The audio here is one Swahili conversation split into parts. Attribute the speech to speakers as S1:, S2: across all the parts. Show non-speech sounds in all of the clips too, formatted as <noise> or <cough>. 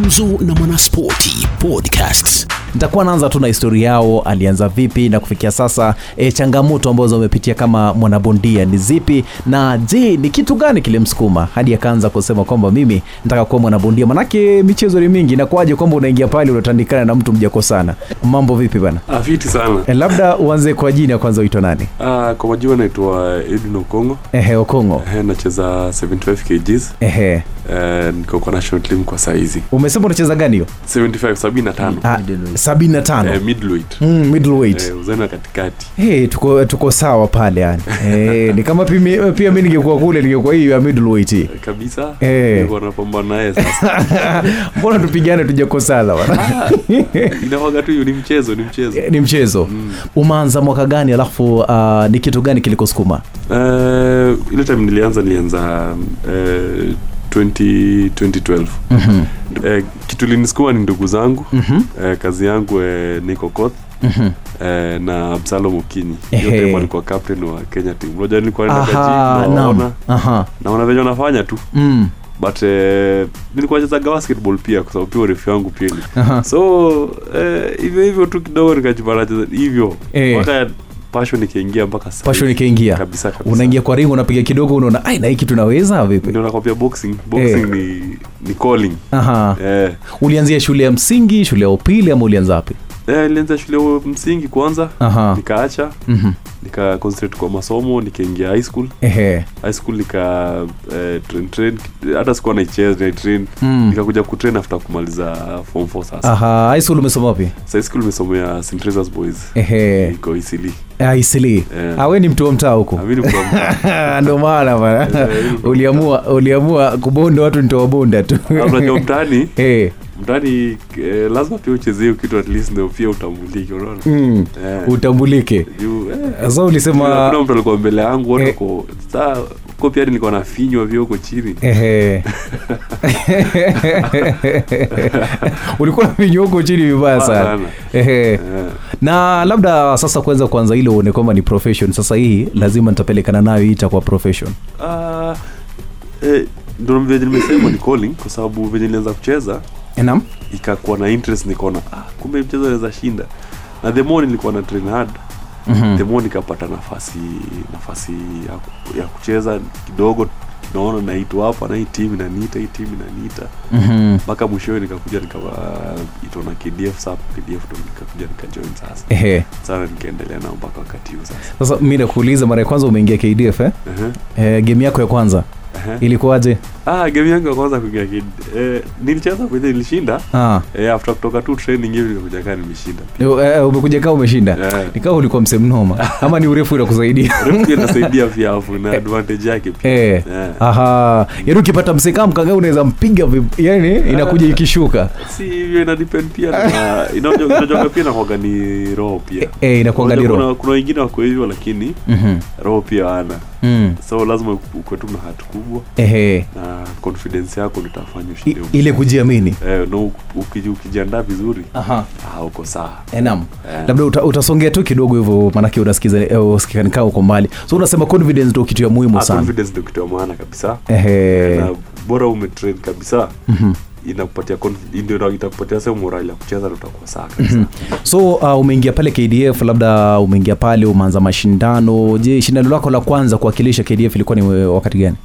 S1: michezo na mwanaspoti podcasts
S2: nitakuwa naanza tu na historia yao alianza vipi na kufikia sasa e, changamoto ambazo amepitia kama mwanabondia ni zipi na je ni kitu gani kilimsukuma hadi akaanza kusema kwamba mimi nataka kuwa mwanabondia manake michezo ni mingi nakuaje kwamba unaingia pale unatandikana na mtu mjakosana mambo vipi bana
S3: Ah, fiti sana.
S2: e, labda uanze kwa jina ya kwanza uitwa nani
S3: Ah, kwa majina naitwa Edwin Okongo.
S2: ehe okongo
S3: Eh, nacheza 75 kgs.
S2: ehe
S3: Eh, niko kwa national team kwa saizi.
S2: umesema unacheza gani hiyo
S3: 75 75.
S2: Ah, 75
S3: Eh, middleweight.
S2: mm, middleweight
S3: Eh, uzani wa katikati.
S2: Hey, tuko, tuko sawa pale yani hey, ni kama pimi- pia mi ningekuwa kule ningekuwa hiyo ya middleweight
S3: Eh, Kabisa.
S2: Eh.
S3: Niko napambana
S2: <laughs>
S3: naye sasa.
S2: mbona tupigane tujakosala bana
S3: Ah, Inawaga tu hiyo ni mchezo, ni mchezo.
S2: ni mchezo mm. umeanza mwaka gani alafu uh, ni kitu gani kilikusukuma
S3: Eh, ile time nilianza nilianza eh, 20, 2012
S2: mm-hmm.
S3: eh, kitu linisukuma ni ndugu zangu
S2: Mm-hmm.
S3: eh, kazi yangu eh, niko kot
S2: Mm-hmm.
S3: eh, na Absalom Okinyi
S2: Ehe.
S3: yote alikuwa captain wa Kenya team. Unajua nilikuwa naenda
S2: Aha,
S3: gym
S2: naam.
S3: naona
S2: Aha.
S3: naona venye wanafanya tu
S2: Mm.
S3: but eh, nilikuwa nachezaga basketball pia kwa sababu pia urefu yangu pia ni-
S2: Aha.
S3: so eh, hivyo hivyo tu kidogo nikajipata nacheza hivyo
S2: Eh.
S3: mpaka passion ikaingia mpaka sasa
S2: Passion
S3: hivi.
S2: ikaingia.
S3: kabisa kabisa
S2: unaingia kwa ringo unapiga kidogo unaona ai na hiki tunaweza vipi
S3: ndio nakwambia boxing boxing
S2: Eh.
S3: ni ni calling
S2: Aha.
S3: eh
S2: ulianzia shule ya msingi shule ya upili ama ulianza wapi
S3: eh nilianza shule ya msingi kwanza
S2: Aha.
S3: nikaacha
S2: Mhm.
S3: nika concentrate kwa masomo nikaingia high school
S2: Ehe.
S3: high school nika eh, train, train hata sikuwa naicheza naitrain
S2: Mm.
S3: nikakuja kutrain after kumaliza form 4 sasa
S2: Aha, high school umesoma wapi
S3: Sa high school nimesomea St. Teresa's boys
S2: Eh, Ehe.
S3: niko isili
S2: Eh, isili
S3: Eh.
S2: awe ni mtu wa mtaa huko <laughs>
S3: amini kwa
S2: ndo Ah, maana bana
S3: Eh, eh,
S2: uliamua uliamua kubonda watu nitawabonda tu
S3: Ah, unajua mtaani
S2: <laughs> Eh,
S3: mtaani eh, lazima pia uchezee hiyo kitu at least ndio pia utambulike unaona
S2: mm,
S3: Eh,
S2: utambulike
S3: juu eh,
S2: sasa ulisema
S3: kuna mtu alikuwa mbele yangu
S2: Eh.
S3: wote ko saa ko pia nilikuwa nafinywa vyo huko chini
S2: Eh,
S3: <laughs>
S2: Ehe. ulikuwa na vinyoko chini vibaya sana
S3: Ah, Sana.
S2: Ehe.
S3: Eh,
S2: na labda sasa kuanza kwanza ile uone kwamba ni profession sasa hii lazima nitapelekana nayo hii itakuwa profession
S3: ah, eh, ndio venye nimesema ni calling kwa sababu venye nilianza kucheza
S2: nam
S3: ikakuwa na interest nikaona ah, kumbe mchezo naweza shinda na the more nilikuwa na train hard the more nikapata nafasi nafasi ya, ku- ya kucheza kidogo naona naitwa hapa na hii timu inaniita hii timu inaniita mpaka mwishowe nikakuja nikaitwa na kdf sap kdf ndo nikakuja nikajoin sasa
S2: Eh.
S3: sana nikaendelea nao mpaka wakati huu sasa
S2: sasa mi nakuuliza mara ya kwanza umeingia kdf eh?
S3: Ehe,
S2: Eh, game yako ya kwanza
S3: ehe.
S2: ilikuwaje
S3: Uh-huh. ah game yangu ya kwanza kuingia kid eh, nilicheza venye nilishinda
S2: ah.
S3: eh, after kutoka tu training hivi nikakuja kaa nimeshinda pia
S2: Yo, eh, umekuja kaa umeshinda
S3: Eh.
S2: nikawa ulikuwa msee mnoma ama ni urefu inakusaidia
S3: <laughs> Refu pia inasaidia pia afu na advantage yake
S2: <laughs>
S3: pia
S2: Eh.
S3: Eh.
S2: Aha. Yaani ukipata msekaa mkanga unaweza mpiga vib- yani inakuja ikishuka
S3: si hivyo ina depend pia na inaojo- inajoga pia inakuwaga ni roho pia
S2: eh, inakuanga ni
S3: Unajua
S2: roho
S3: kuna- kuna wengine wako hivyo lakini
S2: Mhm.
S3: roho pia wana
S2: Mm.
S3: so lazima ukuwe tu na hati kubwa
S2: Ehe.
S3: na confidence yako nitafanya
S2: I-
S3: ushinde
S2: ile kujiamini
S3: eh, na uki- uki- ukijiandaa vizuri
S2: Aha.
S3: ah, uko sawa
S2: Eh, naam
S3: Eh.
S2: labda uta, utasongea tu kidogo hivyo maanake unasikiza eh, usikika nikaa uko mbali so unasema confidence ndo kitu ya muhimu
S3: Ah, Eh,
S2: sana Eh,
S3: confidence ndio kitu ya maana kabisa
S2: Ehe.
S3: na bora umetrain kabisa
S2: Mhm.
S3: inakupatia confi- ndio itakupatia sehemu morali ya kucheza na utakuwa sawa
S2: Mhm.
S3: kabisa
S2: so uh, umeingia pale kdf labda umeingia pale umeanza mashindano je shindano lako la kwanza kuwakilisha kdf ilikuwa ni uh, wakati gani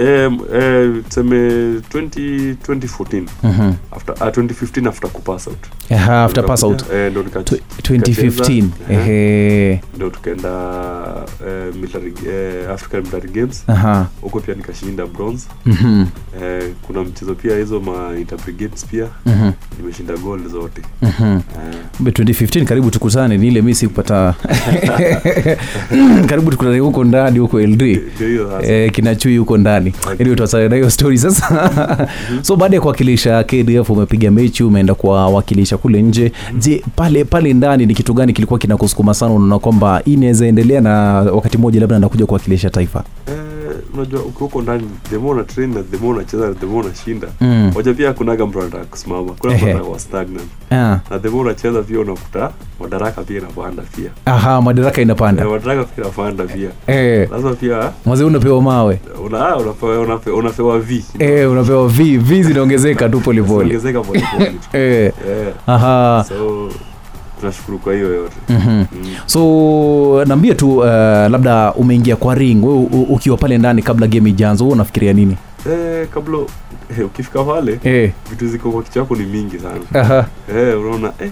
S3: Eh, eh, eh, tuseme 20 2014
S2: Mhm.
S3: after ah, 2015 after kupass out
S2: Aha, after pass out
S3: Eh, ndo nika-
S2: Tw-
S3: nikacheza.
S2: 2015
S3: Ehe,
S2: ehe
S3: ndo tukaenda eh, military eh, african military games
S2: aha
S3: huko pia nikashinda bronze
S2: mhm
S3: eh, kuna mchezo pia hizo ma interpre games pia
S2: mhm
S3: nimeshinda gold zote
S2: mhm
S3: eh,
S2: Kumbe 2015 karibu tukutane ni ile mi <laughs> sikupata karibu tukutane huko ndani huko ld
S3: ndio hiyo sasa
S2: Eh, kinachui huko ndani ili utawasana na hiyo stori sasa so baada ya kuwakilisha kdf umepiga mechi umeenda kuwawakilisha kule nje je pale pale ndani ni kitu gani kilikuwa kinakusukuma sana unaona kwamba hii inaweza endelea na wakati mmoja labda nakuja kuwakilisha taifa
S3: Eh, unajua ukiwa huko ndani the more una train na the more unacheza na the more unashinda
S2: Mm.
S3: waja pia kunaga mtu anataka kusimama kuna
S2: Ehe.
S3: mtu
S2: Eh.
S3: I was stagnant
S2: Ah.
S3: na the more unacheza pia unakuta madaraka pia inapanda pia
S2: aha madaraka inapanda
S3: Eh, madaraka pia inapanda pia
S2: eh,
S3: lazima pia
S2: mwazi unapewa mawe
S3: una- ah, unapewa unape- unapewa vi
S2: eh, unapewa v v zinaongezeka tu polepole
S3: ongezeka polepole
S2: <laughs>
S3: tu.
S2: eh,
S3: Eh,
S2: aha
S3: so tunashukuru kwa hiyo yote
S2: Mhm.
S3: Mm.
S2: so naambie tu uh, labda umeingia kwa ring wewe u- ukiwa pale ndani kabla game ijanzo wewe unafikiria nini
S3: Eh, kabla eh, ukifika pale
S2: eh,
S3: vitu ziko kwa kichwa chako ni mingi sana
S2: aha,
S3: eh, unaona eh,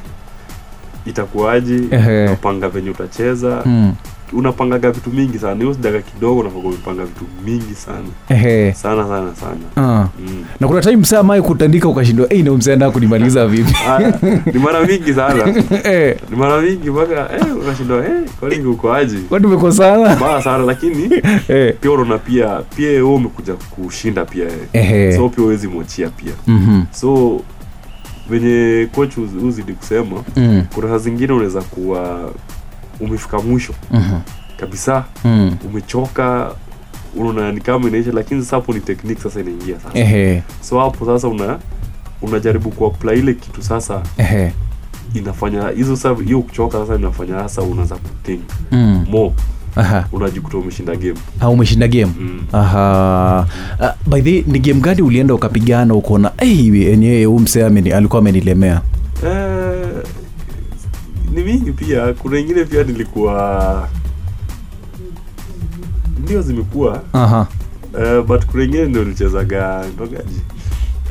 S3: itakuwaje
S2: Ehe.
S3: unapanga venye utacheza
S2: mm,
S3: unapangaga vitu mingi sana hiyo dakika kidogo unapaga umepanga vitu mingi sana
S2: ehe,
S3: sana sana sana
S2: ah.
S3: mm.
S2: Eh, na kuna time msaa mai kutandika ukashindwa "Eh, "Ei, na msenda kunimaliza vipi <laughs>
S3: Aya, ni mara mingi sana
S2: Eh,
S3: ni mara mingi mpaka eh, unashindwa eh, kwani uko aje
S2: watu umekosana
S3: mbaya sana lakini
S2: <laughs> Eh,
S3: pia unaona pia pia yeye wewe umekuja kushinda pia yeye
S2: ehe.
S3: so pia huwezi mwachia pia
S2: eh, Mhm,
S3: so venye coach uz- uzidi kusema
S2: mm,
S3: kuna saa zingine unaweza kuwa umefika mwisho
S2: mhm,
S3: kabisa
S2: mm,
S3: umechoka unaona ni kama inaisha lakini sasa hapo ni technique sasa inaingia sasa
S2: ehe,
S3: so hapo sasa una unajaribu kuapply ile kitu sasa
S2: ehe,
S3: inafanya hizo sasa hiyo kuchoka sasa inafanya sasa unaanza kuthink
S2: mm,
S3: more
S2: aha.
S3: unajikuta Hmm. umeshinda game
S2: Ah, umeshinda game
S3: mm.
S2: aha Ah, by the way, ni game gani ulienda ukapigana ukaona "Eh, "Ei, yenyewe huu msee ameni- alikuwa amenilemea
S3: Eh, ni mingi pia kuna ingine pia nilikuwa ndio zimekuwa
S2: aha
S3: eh, but kuna ingine ndio nilichezaga ndogaji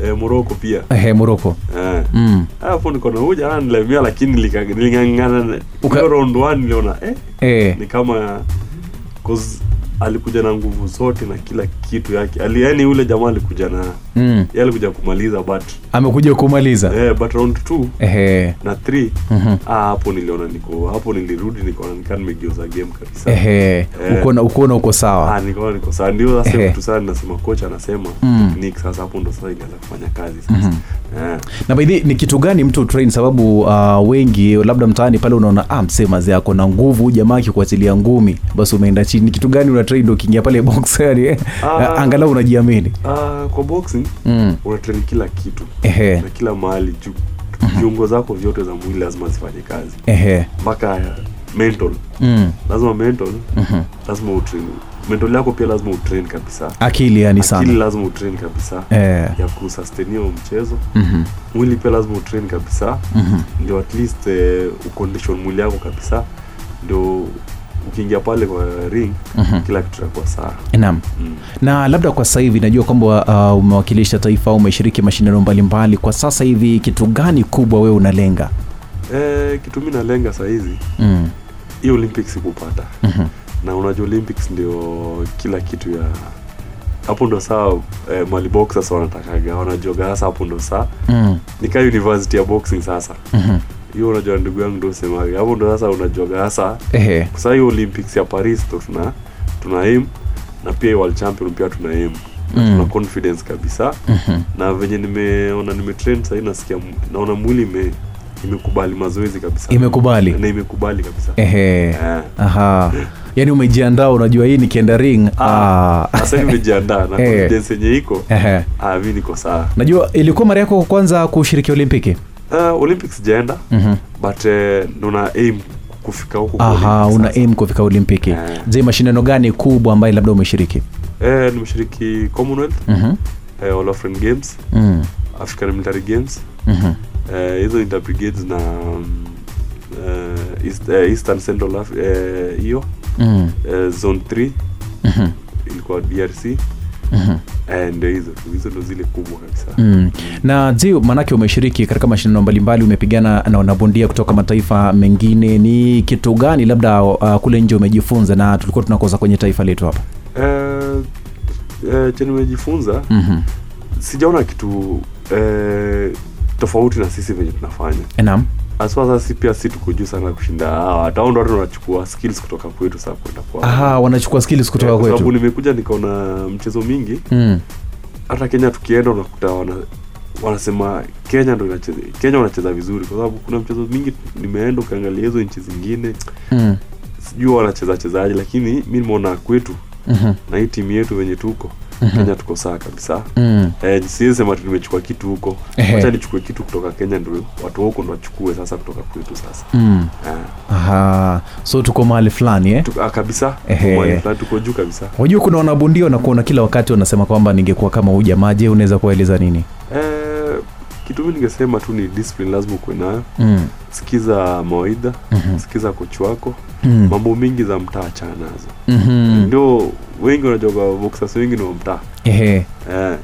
S3: eh, moroko pia
S2: ehe moroko
S3: eh.
S2: mm.
S3: hapo niko na huyu jamaa nilemea lakini nika- niling'ang'ana na-
S2: Uka-
S3: hiyo round one niliona eh,
S2: eh.
S3: ni kama 'cause alikuja na nguvu zote na kila kitu yake Ali, yani yule jamaa alikuja na
S2: mm.
S3: yeye alikuja kumaliza but
S2: amekuja kumaliza
S3: Hmm.
S2: eh,
S3: eh, but round two
S2: ehe
S3: na three
S2: Mhm.
S3: ah, hapo niliona niko hapo nilirudi nikaona nikaa nimegeuza game kabisa
S2: ehe
S3: Eh.
S2: uko na- ukoona uko
S3: Ah,
S2: sawa
S3: nikaona niko sawa ndio sasa
S2: Ehe.
S3: kitu sana nasema kocha anasema
S2: Eh. Mm. Mhm.
S3: technique sasa hapo ndo sasa ikaanza kufanya kazi sasa eh,
S2: na baidhi ni kitu gani mtu train sababu uh, wengi labda mtaani pale unaona ah, msemazi yako na nguvu huyu jamaa akikuachilia ngumi basi umeenda chini ni kitu gani una train ndio ukiingia pale box yani eh,
S3: Ah.
S2: angalau unajiamini
S3: ah, kwa boxing
S2: mm. Eh.
S3: unatrain kila kitu
S2: ehe
S3: na kila mahali juu
S2: Mhm.
S3: viungo zako vyote za mwili lazima zifanye kazi
S2: ehe
S3: mpaka mental
S2: mm.
S3: lazima mental
S2: Mhm.
S3: lazima utrain mental yako pia lazima utrain kabisa
S2: akili yani
S3: akili
S2: sana
S3: lazima utrain kabisa
S2: eh.
S3: ya kusustain hiyo mchezo
S2: mm
S3: mwili pia lazima utrain kabisa
S2: Mhm.
S3: ndio at least eh, ucondition mwili yako kabisa ndio ukiingia pale kwa ring
S2: Mhm.
S3: kila kitu takuwa sawa
S2: naam
S3: mm.
S2: na labda kwa sasa hivi najua kwamba uh, umewakilisha taifa au umeshiriki mashindano mbalimbali kwa sasa hivi kitu gani kubwa wewe unalenga
S3: eh, kitu mi nalenga sahizi
S2: mm.
S3: hii olympics sikupata
S2: Mhm.
S3: na unajua olympics ndio kila kitu ya hapo ndo saa eh, mali box sasa wanatakaga wanajuaga sasa hapo ndo saa
S2: Mm.
S3: nikaa university ya boxing sasa
S2: Mhm.
S3: hiyo unajua ndugu yangu ndo semaga hapo ndo sasa unajuaga sasa
S2: Ehe.
S3: saa hiyo olympics ya paris ndo tuna tuna aim na pia world champion pia tuna aim na
S2: Mm.
S3: tuna confidence kabisa
S2: Mhm.
S3: na venye nimeona nimetrain sahii nasikia m- naona mwili ime imekubali mazoezi kabisa
S2: Imekubali.
S3: na imekubali kabisa
S2: Ehe.
S3: Eh.
S2: aha yaani umejiandaa unajua hii nikienda ring
S3: Ah.
S2: ah. <laughs>
S3: sasa nimejiandaa na
S2: Eh.
S3: confidence yenye iko
S2: Ehe.
S3: ah, mi niko sawa
S2: najua ilikuwa mara yako ya kwanza kushiriki olimpiki
S3: uh, olympics jaenda
S2: Mhm.
S3: but eh, ndo na aim kufika huko kwa
S2: aha
S3: Olympics
S2: una
S3: sasa.
S2: aim kufika olimpiki
S3: Eh.
S2: je mashindano gani kubwa ambayo labda umeshiriki
S3: eh, nimeshiriki commonwealth
S2: Mhm.
S3: eh, all African games
S2: Mm.
S3: african military games
S2: Mhm.
S3: eh, hizo interbrigades na mm, eh, East, eh, eastern central Af- eh, hiyo
S2: Mm.
S3: eh, zone 3
S2: Mhm.
S3: ilikuwa drc
S2: Mhm.
S3: eh, ndio hizo tu hizo ndo zile kubwa kabisa
S2: Mm. na je maanake umeshiriki katika mashindano mbalimbali umepigana na wanabondia kutoka mataifa mengine ni kitu gani labda uh, kule nje umejifunza na tulikuwa tunakosa kwenye taifa letu hapa
S3: eh, eh, cha nimejifunza
S2: Mhm.
S3: sijaona kitu eh, tofauti na sisi venye tunafanya
S2: naam
S3: aswa sasi pia si tuko juu sana kushinda hawa hata hao ndo watu wanachukua skills kutoka kwetu saa kwenda kwa
S2: aha wanachukua skills kutoka
S3: Eh, kwa sababu
S2: kwetu
S3: nimekuja nikaona mchezo mingi
S2: mm.
S3: hata kenya tukienda unakuta wana, wanasema kenya ndo inacheza kenya wanacheza vizuri kwa sababu kuna mchezo mingi nimeenda ukiangalia hizo nchi zingine
S2: Mm.
S3: sijui wanacheza chezaji lakini mi nimeona kwetu
S2: Mhm.
S3: na hii timu yetu venye tuko kenya tuko sawa kabisa
S2: Mm.
S3: eh, siwezi sema ati nimechukua kitu huko
S2: Ehe.
S3: wacha nichukue kitu kutoka kenya ndio watu wa huko ndo wachukue sasa kutoka kwetu sasa
S2: Mm.
S3: Ah,
S2: Aha. so tuko mahali fulani eh?
S3: tuko- ah, kabisa
S2: Ehe.
S3: Mwani fulani tuko juu kabisa
S2: wajua kuna wanabondia wanakuona kila wakati wanasema kwamba ningekuwa kama huyu jamaa je unaweza kuwaeleza nini
S3: eh, kitu mi ningesema tu ni discipline lazima ukuwe nayo
S2: mm.
S3: sikiza mawaidha sikiza kochi wako
S2: Mm.
S3: mambo mingi za mtaa achana nazo
S2: Mm-hmm.
S3: ndio wengi wanajoga boxers wengi ni wa mtaa
S2: Ehe.
S3: eh,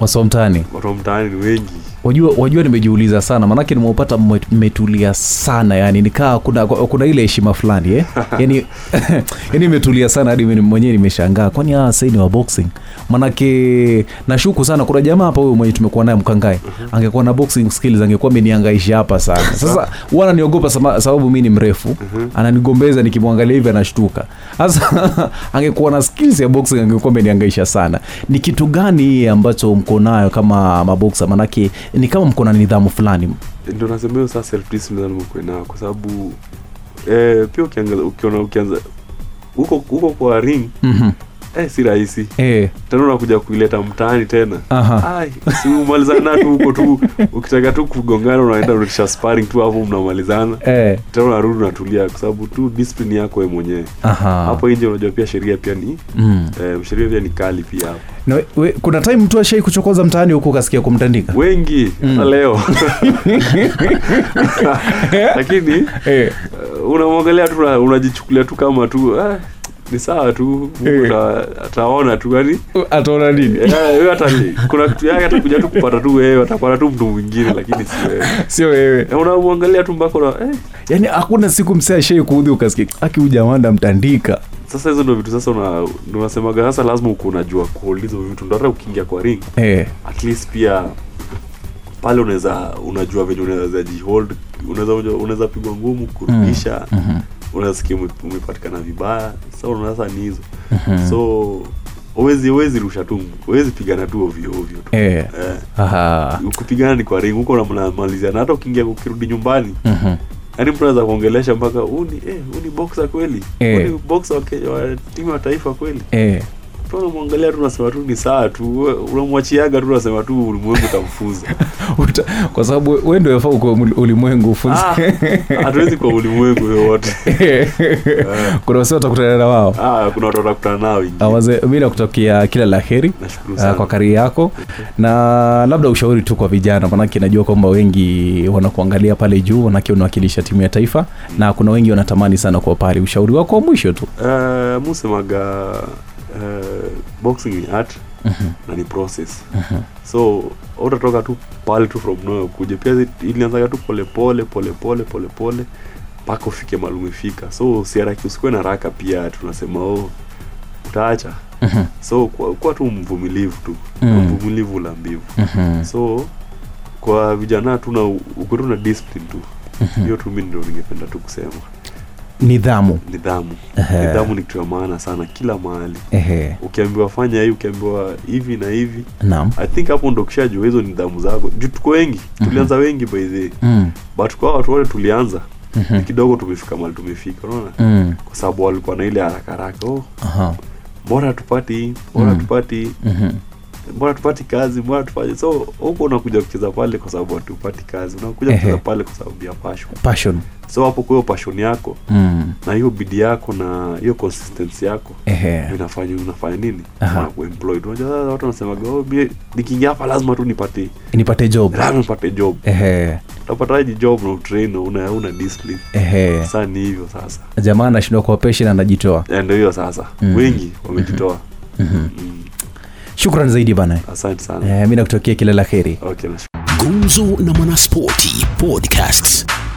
S2: wasomtani
S3: watu wa mtaani ni wengi
S2: wajua, wajua nimejiuliza sana maanake nimeupata mme- mmetulia sana yani nikaa kuna, kuna ile heshima fulani eh? yani <laughs> yani imetulia sana hadi mimi mwenyewe nimeshangaa kwani hawa sasa ni wa boxing maanake nashuku sana kuna jamaa hapa huyu mwenye tumekuwa naye mkangae angekuwa na boxing skills angekuwa ameniangaisha hapa <laughs> sana sasa wananiogopa sababu mi ni mrefu ananigombeza nikimwangalia hivi anashtuka sasa <laughs> angekuwa na skills ya boxing angekuwa ameniangaisha sana ni kitu gani hii ambacho mko nayo kama maboksa manake ni kama mko na nidhamu fulani
S3: ndio nasema hiyo saa self discipline lazima ukuwe nao kwa sababu eh, pia ukiangalia ukiona ukianza huko huko kwa ring
S2: Mhm.
S3: eh, si rahisi
S2: Eh,
S3: tena unakuja kuileta mtaani tena
S2: aha.
S3: Ai, si umalizana tu huko tu ukitaka tu kugongana unaenda unatisha sparring tu hapo mnamalizana
S2: Eh,
S3: tena unarudi unatulia kwa sababu tu discipline yako wewe mwenyewe
S2: aha.
S3: hapo nje unajua pia sheria pia ni
S2: Mm.
S3: eh, sheria pia ni kali pia hapo
S2: Na we- we- kuna time mtu ashai kuchokoza mtaani huku ukasikia kumtandika
S3: wengi hata leo lakini
S2: eh.
S3: Eh, unamwangalia tu una- unajichukulia tu kama tu ah, ni sawa tu Mungu
S2: Eh.
S3: ata- ataona tu yani
S2: <laughs> ataona nini
S3: eh, wewe hata kuna kitu yake atakuja tu kupata tu wewe atapata tu mtu mwingine lakini si wewe
S2: <laughs> sio <laughs> wewe
S3: Eh, unamwangalia tu mpaka una, eh,
S2: yaani hakuna siku msee ashai kuudhi ukasikia aki ujamanda mtandika
S3: sasa hizo ndo vitu sasa una, ndo unasemaga sasa lazima uko unajua kuhold hizo vitu ndo hata ukiingia kwa ring
S2: eh.
S3: at least pia pale unaweza unajua venye unaweza jihold unaweza unaweza pigwa ngumu kurudisha mm-hmm. unasikia ume- umepatikana vibaya sasa unaona sasa ni hizo mm-hmm. so uwezi uwezi rusha tu uwezi pigana tu ovyo ovyo tu
S2: Eh.
S3: eh,
S2: Aha.
S3: kupigana ni kwa ring huko na mnamaliziana hata ukiingia ukirudi nyumbani
S2: Mhm.
S3: yaani mtu anaweza kuongelesha mpaka huu ni eh, huu ni boxer kweli
S2: Eh.
S3: huu ni boxer wa Kenya- wa timu ya taifa kweli
S2: Eh.
S3: tu unamwangalia tu unasema tu ni saa tu we- unamwachiaga tu unasema tu ulimwengu utamfunza
S2: Uta- kwa sababu we- we ndio yafaa uko mul- ulimwengu ufunze
S3: Ah, hatuwezi kwa ulimwengu yowote
S2: <laughs> kuna wasi watakutana na wao
S3: ah, kuna watu watakutana nao wengine.
S2: Ah, wazee, mi nakutakia kila la heri
S3: Nashukuru
S2: ah,
S3: sana.
S2: kwa kari yako na labda ushauri tu kwa vijana manake najua kwamba wengi wanakuangalia pale juu manake unawakilisha timu ya taifa na kuna wengi wanatamani sana kuwa pale ushauri wako wa mwisho tu
S3: Eh, musemaga eh, boxing ni art na ni process so utatoka tu pale tu from nowhere kuje pia zi- ilianzaga tu polepole polepole polepole mpaka ufike maalum ifika so siharaki usikuwe na raka pia tunasema oh, utaacha so kuwa kuwa tu mvumilivu tu
S2: Mm.
S3: mvumilivu ula mbivu so kwa vijana tuna ukutu na discipline tu hiyo tu mi ndio ningependa tu kusema
S2: nidhamu
S3: nidhamu
S2: Ehe.
S3: nidhamu ni kitu ya maana sana kila mahali
S2: Ehe,
S3: ukiambiwa fanya hii ukiambiwa hivi na hivi
S2: naam
S3: i think hapo ndo kishajua hizo nidhamu zako juu tuko wengi
S2: Mhm.
S3: tulianza wengi by the way.
S2: Mm,
S3: but kwa watu wote tulianza
S2: Mhm.
S3: ni kidogo tumefika mali tumefika unaona
S2: mm,
S3: kwa sababu walikuwa na ile haraka haraka oh,
S2: aha,
S3: mbona tupati mbona tupati
S2: mhm,
S3: mbona tupati kazi mbona tupati so huko unakuja kucheza pale kwa sababu hatupati kazi unakuja
S2: Ehe.
S3: kucheza pale kwa sababu ya passion
S2: passion
S3: so hapo kwa hiyo passion yako
S2: mm,
S3: na hiyo bidii yako na hiyo consistency yako
S2: ehe,
S3: inafanya unafanya nini
S2: Aha.
S3: unakuemployed unajua sasa watu wanasemaga oh, mie nikiingia hapa lazima tu nipate
S2: nipate job
S3: lazima nipate job
S2: ehe,
S3: utapataji job na utrain una una discipline
S2: ehe.
S3: sasa ni hivyo sasa
S2: jamaa anashindwa kuwa patient anajitoa
S3: Eh, ndio hiyo sasa wengi wamejitoa Mm,
S2: shukran zaidi bana
S3: asante sana
S2: eh, mi nakutakia kila la heri
S3: okay nashukuru.
S1: Gumzo na Mwanaspoti Podcasts.